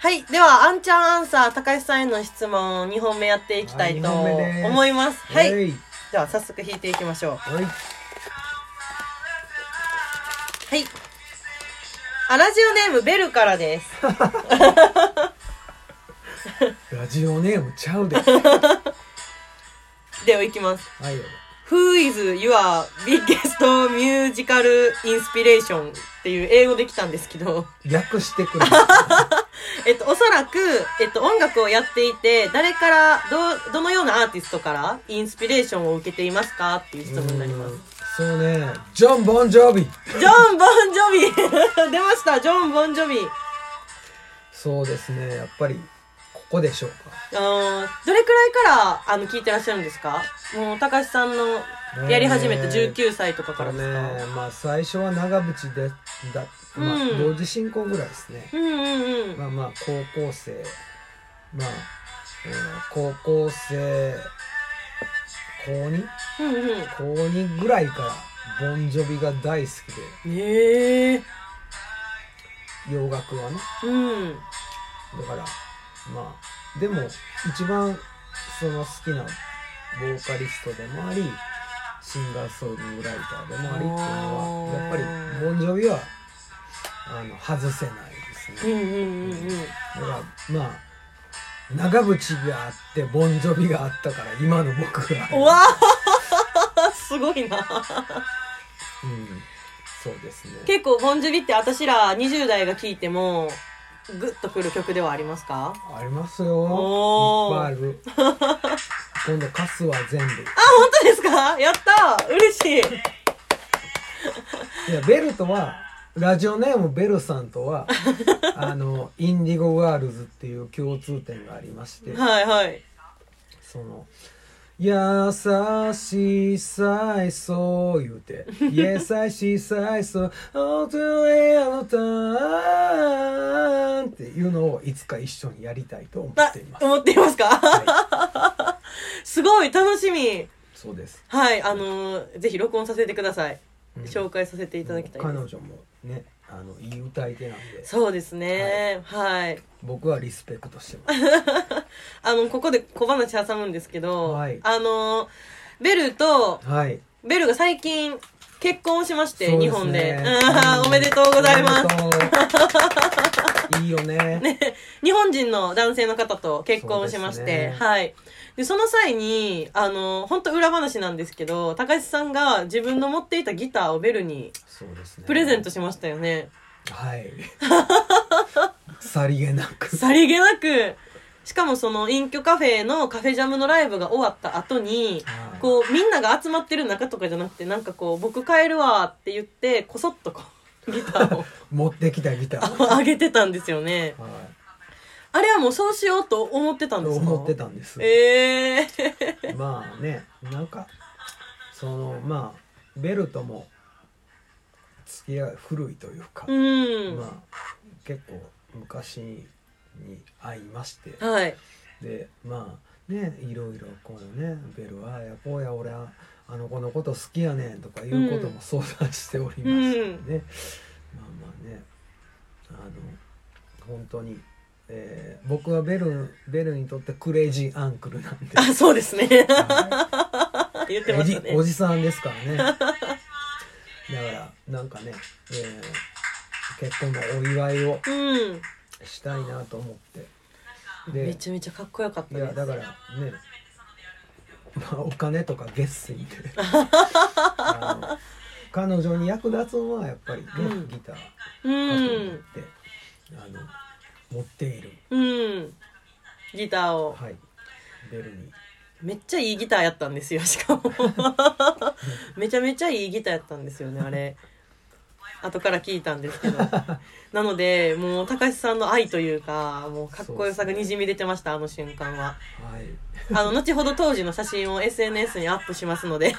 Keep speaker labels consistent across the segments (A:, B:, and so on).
A: はい。では、アンちゃんアンサー、高橋さんへの質問、2本目やっていきたいと
B: はい二本目です
A: 思います。はい。
B: えい
A: では、早速弾いていきましょう。
B: はい。
A: はい。あ、ラジオネーム、ベルから です。
B: ラジオネームち ゃうで。はい
A: では、いきます。
B: よ。
A: Who is your biggest musical inspiration? っていう英語できたんですけど。
B: 略してくれ。
A: えっと、おそらく、えっと、音楽をやっていて、誰から、どう、どのようなアーティストからインスピレーションを受けていますかっていう 質問になります。
B: そうね。ジョン・ボン・ジョビ。
A: ジョン・ボン・ジョビ 出ました、ジョン・ボン・ジョビ。
B: そうですね。やっぱり、ここでしょう
A: あのどれくらいから、あの、聞いてらっしゃるんですかもう、高橋さんの
B: か。
A: やり始めた
B: ね
A: 19歳とか
B: か
A: からら
B: ね
A: ですか、
B: まあ最初は長渕でだ、まあ
A: うん
B: 同時進行ぐらいですね、
A: うんうんうん。
B: まあまあ高校生まあ、えー高校生高2
A: うんうん。
B: 高2ぐらいからボンジョビが大好き
A: ええ
B: で洋楽はね
A: うん。
B: だからまあでも一番その好きなボーカリストでもありシンガーソングライターでもありっていうの
A: おー
B: はやっぱりボンジョビはあの外せないです
A: うんうん
B: ね
A: うんうん。
B: だからまあ長渕があってボンジョビがあったから今の僕がある
A: うわあすごいな。
B: うん、そうですね
A: 結構、ボンジュビって私ら20代が聴いても、グッとくる曲ではありますか
B: あります
A: お
B: よいっ
A: ー
B: ぱいある今度カスは
A: あ、
B: 全部
A: 本当ですかやった嬉しい。
B: いやベルとはラジオネームベルさんと はあのインディゴガールズっていう共通点がありまして
A: はいはい。
B: その「優しさいそう」言うて「優しさいそう」「おとえあのたーん」っていうのをいつか一緒にやりたいと思
A: な
B: っています。
A: 思っていますか、
B: は
A: すごい楽しみ。
B: い、そうです、
A: はい、あのーぜひ録音させてください。
B: うん
A: 紹介させていただきたいです。
B: 彼女もねあのいい歌い手なんで
A: そうですね、はい。
B: 僕はリスペクトしてます
A: あの、ここで小話挟むんですけど、
B: はい
A: あのーベルと、
B: はい
A: ベルが最近結婚しまして、
B: そう
A: 日
B: す
A: 本
B: ね
A: で。
B: う
A: うんん おめでとうございます
B: お。めでとういいよ ね
A: 日本人の男性の方と結婚しまし
B: そう
A: て、
B: ですね
A: はい。で、その際に、あの、本当裏話なんですけど、高橋さんが自分の持っていたギターをベルに
B: そうですね
A: プレゼントしましたよね。
B: はい さりげなく
A: さりげなく、しかもその隠居カフェのカフェジャムのライブが終わった後に、
B: はい
A: こう、みんなが集まってる中とかじゃなくて、なんかこう、僕帰るわって言って、こそっとこう、ギターを
B: 持ってきたギターは
A: あげてたんですよね。あれはもうそうしようと思ってた
B: い
A: んですか
B: 思ってたんです
A: ええー。
B: まあねなんかそのまあベルトも付き合い古いというか、
A: うん。
B: まあ結構昔に会いまして
A: はい。
B: でまあねいろいろこうねベルは「やこうや俺はあの子のこと好きやねん」とかいうことも相談しておりましてね、まあまあねあの本当に、えー僕はベルベルにとってクレイジーアンクルなんで。
A: あ、そうですね。
B: は
A: 言っ
B: い
A: て
B: お
A: まし
B: じ
A: たね
B: お。じさんですからねだからなんかね、えー結婚のお祝いを
A: うん。
B: したいなと思って
A: めちゃめちゃかっこよかっ
B: い
A: た
B: や
A: です。
B: だからね、まあ、お金とか月水 であの彼女に役立つのはやっぱりね、
A: うん
B: ギターか
A: う
B: と思っ
A: ん。
B: て、あの持っている
A: うん。ギターを。
B: はいベルに
A: めっちゃいいギターやったんです よ、しかも。めちゃめちゃいいギターやったんですよね、あれ。後から聞いたんですけど。なので、もう、高橋さんの愛というか、もう、かっこよさがにじみ出てました、あの瞬間は。
B: はい
A: あの、後ほど当時の写真を SNS にアップしますの で、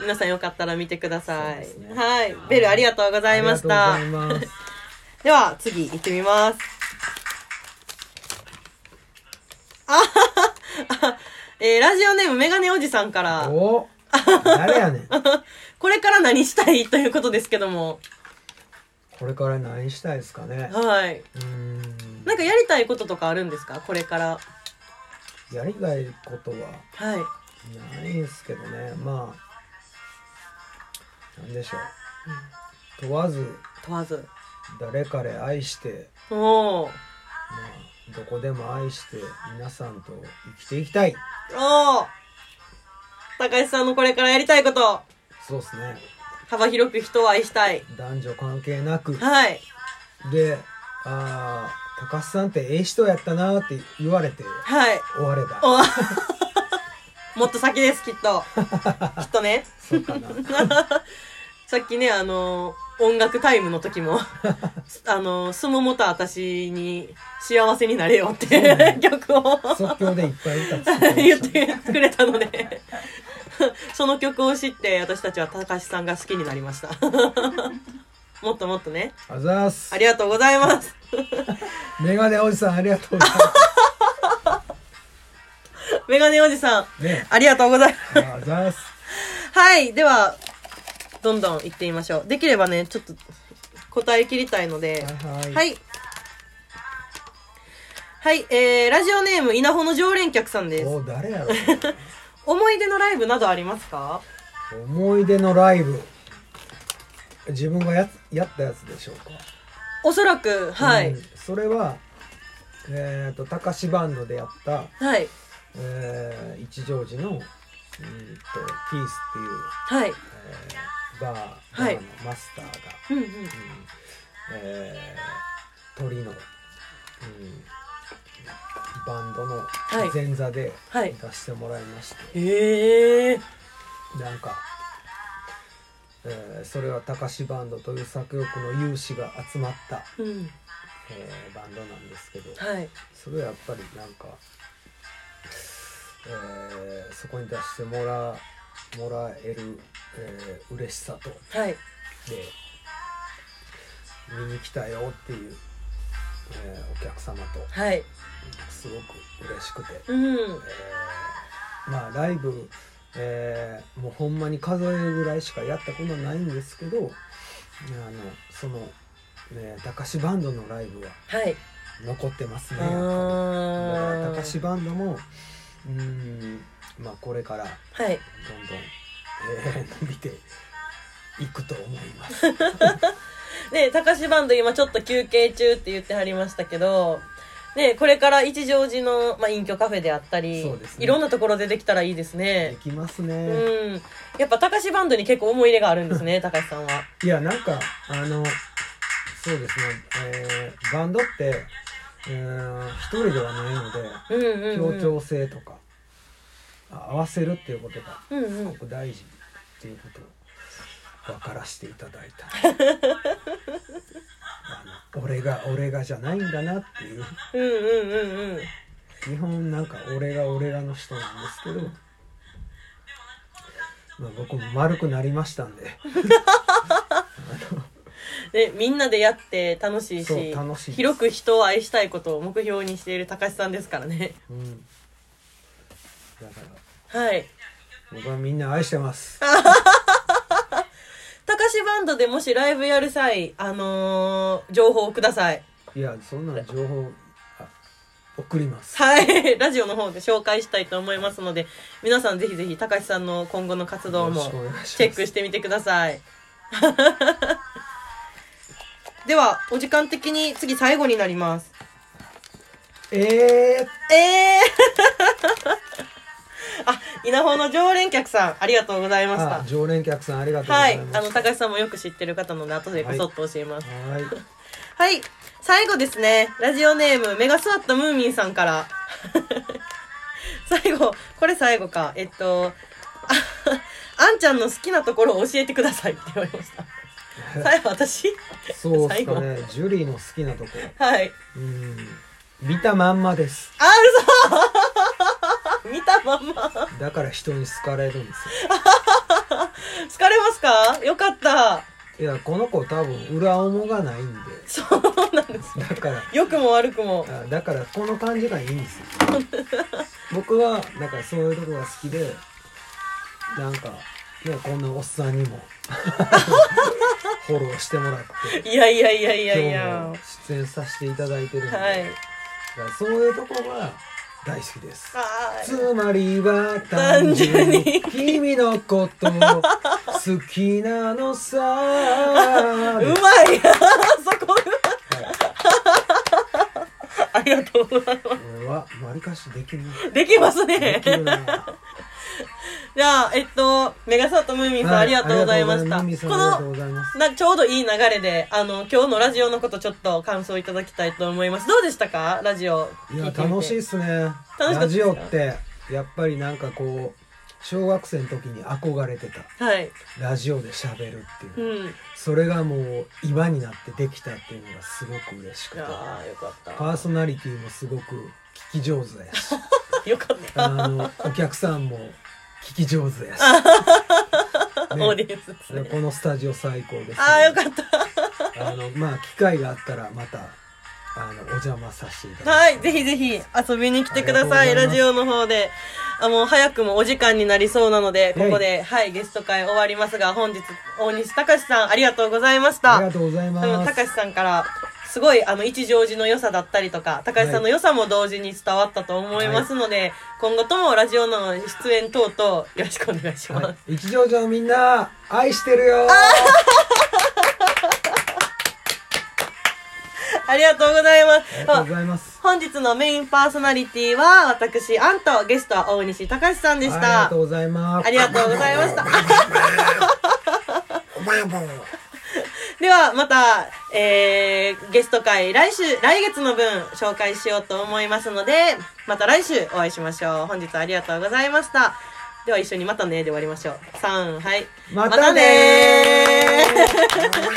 A: 皆さんよかったら見てください
B: そうで。すね
A: はい。ベルありがとうございました。
B: ありがとうございます
A: では、次行ってみます。あはははえーラジオネームメガネおじさんから、
B: お誰やねん
A: これから何したいということですけども、
B: これから何したいですかね
A: はい。
B: うん
A: なんかやりたいこととかあるんですかこれから。
B: やりがいことは
A: はい。
B: ないですけどねまあなんでしょう問わず
A: 問わず。
B: 誰彼愛して、
A: おお。
B: まあ、どこでも愛して皆さんと生きていきたい
A: おお。高橋さんのこれからやりたいこと。
B: そうですね
A: 幅広く人を愛したい。
B: 男女関係なく
A: はい。
B: でああ高須さんってええ人やったなーって言われて
A: はい。
B: 終われば
A: おも っと先です、きっと。きっとね。
B: そうか な
A: さっきね、あのー音楽タイムの時 も、あのーすももと私に幸せになれよって、曲を
B: 即興でいっぱい歌作っ てま
A: 言っ
B: した
A: てくれたので、その曲を知って私たちは高橋さんが好きになりま した。もっともっとね。
B: あざーす
A: ありがとうございます。
B: メガネおじさんありがとうございま
A: メガネおじさん、
B: すね
A: ありがとうございます。
B: あざーす
A: はい、では、どんどん行ってみましょう。できればね、ちょっと答え切りたいので。
B: はい
A: はいい。はい、えー、ラジオネーム、稲穂の常連客さんです。
B: お誰やろ
A: 思い出のライブなどありますか
B: う思い出のライブ自分がやつやったやつでしょうか
A: おそらく、はい。
B: うんそれはえっ、と高志バンドでやった、
A: はい。
B: えー一乗寺のうーんとキースっていう
A: はい。
B: えーバーバ
A: はい
B: ーのマスターが、
A: うんうん。
B: うんえー鳥の、うん、バンドの
A: い
B: 前座で
A: はい
B: 出してもらいまして、
A: へえ。
B: なんか、えーそれは「たかしバンド」という作曲の有志が集まった、
A: うん。
B: えーバンドなんですけど
A: はい。
B: それはやっぱりなんか、えーそこに出してもらもらえる、えー嬉しさと。
A: はい。
B: で見に来たよっていう、えーお客様と
A: はい。
B: すごく嬉しくて、
A: うん
B: え。ーまあライブ、えーもうほんまに数えるぐらいしかやったことないんですけどあのその、ね、高志バンドのライブは
A: はい。
B: 残ってますね
A: あ
B: やっぱりだから高
A: ー
B: 志バンドもうーんまあこれからど
A: はい。
B: んどん、えー伸びていくと思います。
A: ねたかしバンド今ちょっと休憩中って言ってはりましたけど、ねこれから一乗寺の、まあ、隠居カフェであったり、
B: そうですね
A: いろんなところでできたらいいですね
B: で。きます
A: う
B: ね、
A: ん。やっぱたかしバンドに結構思い入れがあるんです ね、たかしさんは。
B: いやなんかあのそうですね、えーバンドって、えー一人ではないので
A: うんうん、う
B: 協
A: ん。
B: 調性とか、あ合わせるっていうことが
A: うんう
B: す
A: ん
B: ご。く大事っていうことを分からせていただい たあの俺が俺がじゃないんだなっていう
A: うんうんうんうん。
B: 基本なんか俺が俺がの人なんですけど、まあ、僕も丸くなりましたんで。
A: で、みんなでやって楽しい
B: そう
A: し、
B: 楽しいです
A: 広く人を愛したいことを目標にしているたかしさんですからね。
B: うんだから
A: はい。
B: 僕はみんな愛し てます。
A: たかしバンドでもしライブやる際、あのー情報をください。
B: いやそんな情報あ送ります。
A: はい。 ラジオの方で紹介したいと思いますので、皆さんぜひぜひ、たかしさんの今後の活動
B: よろ
A: も
B: しくお願いします
A: チェックしてみてください。 では、お時間的に次最後になります。
B: え
A: ええー、 あ、稲穂の常連客さん、ありがとうござい
B: ー、
A: ました
B: あ。常連客さんありがとうご
A: は
B: ざい
A: い。あ
B: ます。
A: の、高橋さんもよく知ってる方なので、後でこそっと教えます。
B: はい
A: はい。最後ですね。ラジオネーム、メガスワットムーミンさんから。 最後、これ最後か。えっと、あ、あんちゃんの好きなところを教えてくださいって言われま した。最後、私
B: そうで
A: 最
B: す
A: 後
B: かねジュリーの好きなとこ
A: はい。
B: うん見たまんまです
A: あ、嘘 見たまんま。
B: だから人に好かれるんです
A: 疲れますかよかった。
B: よいやこの子多分裏面がないんで
A: そうなんです。
B: だから
A: 良くも悪くも。
B: あだからこの感じがいいんですよ僕はだからそういうとこが好きで なんか、ね、こんなおっさんにもフォローしてもらって
A: いやいやいやいやい
B: 今
A: や
B: 日も出演させていただいてるんで、
A: はい
B: だからそういうとこが大好きです
A: あー
B: つまりは単純に君のこと好きなのさ
A: うまいそこ うまいありがとうございま
B: 俺はマリカシできる
A: すできます
B: できる
A: ね
B: な
A: じゃあえっとメガサートムーミンさん、
B: は
A: ありがとうございました
B: ありがとう
A: こ
B: ございますミミさんありがとう
A: の
B: ございます
A: なちょうどいい流れであの今日のラジオのことちょっと感想いただきたいと思いますどうでしたかラジオ
B: い
A: 聞い
B: や
A: てみて
B: 楽しいっすね
A: 楽しかった
B: ラ
A: です
B: ジ
A: か
B: オってやっぱりなんかこう小学生の時に憧れてた
A: はい
B: ラジオで喋るっていうう、
A: んい
B: それがもう今になってできたっていうのがすごく嬉しくて
A: やーよかった
B: パーソナリティもすごく聞き上手や し
A: よかった
B: あのお客さんも聞き上手やし、
A: オーディエンスですね
B: このスタジオ最高です
A: ああよかった
B: あのまあ機会があったらまたあのお邪魔させていただきます
A: はい、ぜひぜひ遊びに来てください。
B: ありが
A: ラ
B: とうござ
A: ジ
B: い
A: オの方で。あ、もう早くもお時間になりそうなので、
B: はい
A: ここで、はい、ゲスト会終わりますが、本日、大西隆史さん、ありがとうございまし
B: あ
A: た
B: りが。とうございま
A: 多分、
B: す
A: 隆史さんから、すごい、あの、一乗寺の良さだったりとか、高橋さんの良さも同時に伝わったと思いますので、今後ともラジオの出演等々、よろしくお願いします。
B: はい、一条城のみんな愛してるよ
A: ありがとうございま
B: あり
A: す。
B: がとうございます
A: 本日のメインパーソナリティは、私、アンとゲストは大西隆史さんで
B: あ
A: し
B: りが
A: た
B: とう。ございます
A: ありがとうございました。
B: お前も
A: ではまた、えー、ゲスト会来週来月の分紹介しようと思いますのでまた来週お会いしましょう本日はありがとうございましたでは一緒に「またね」で終わりましょう3はい
B: またねー
A: またねー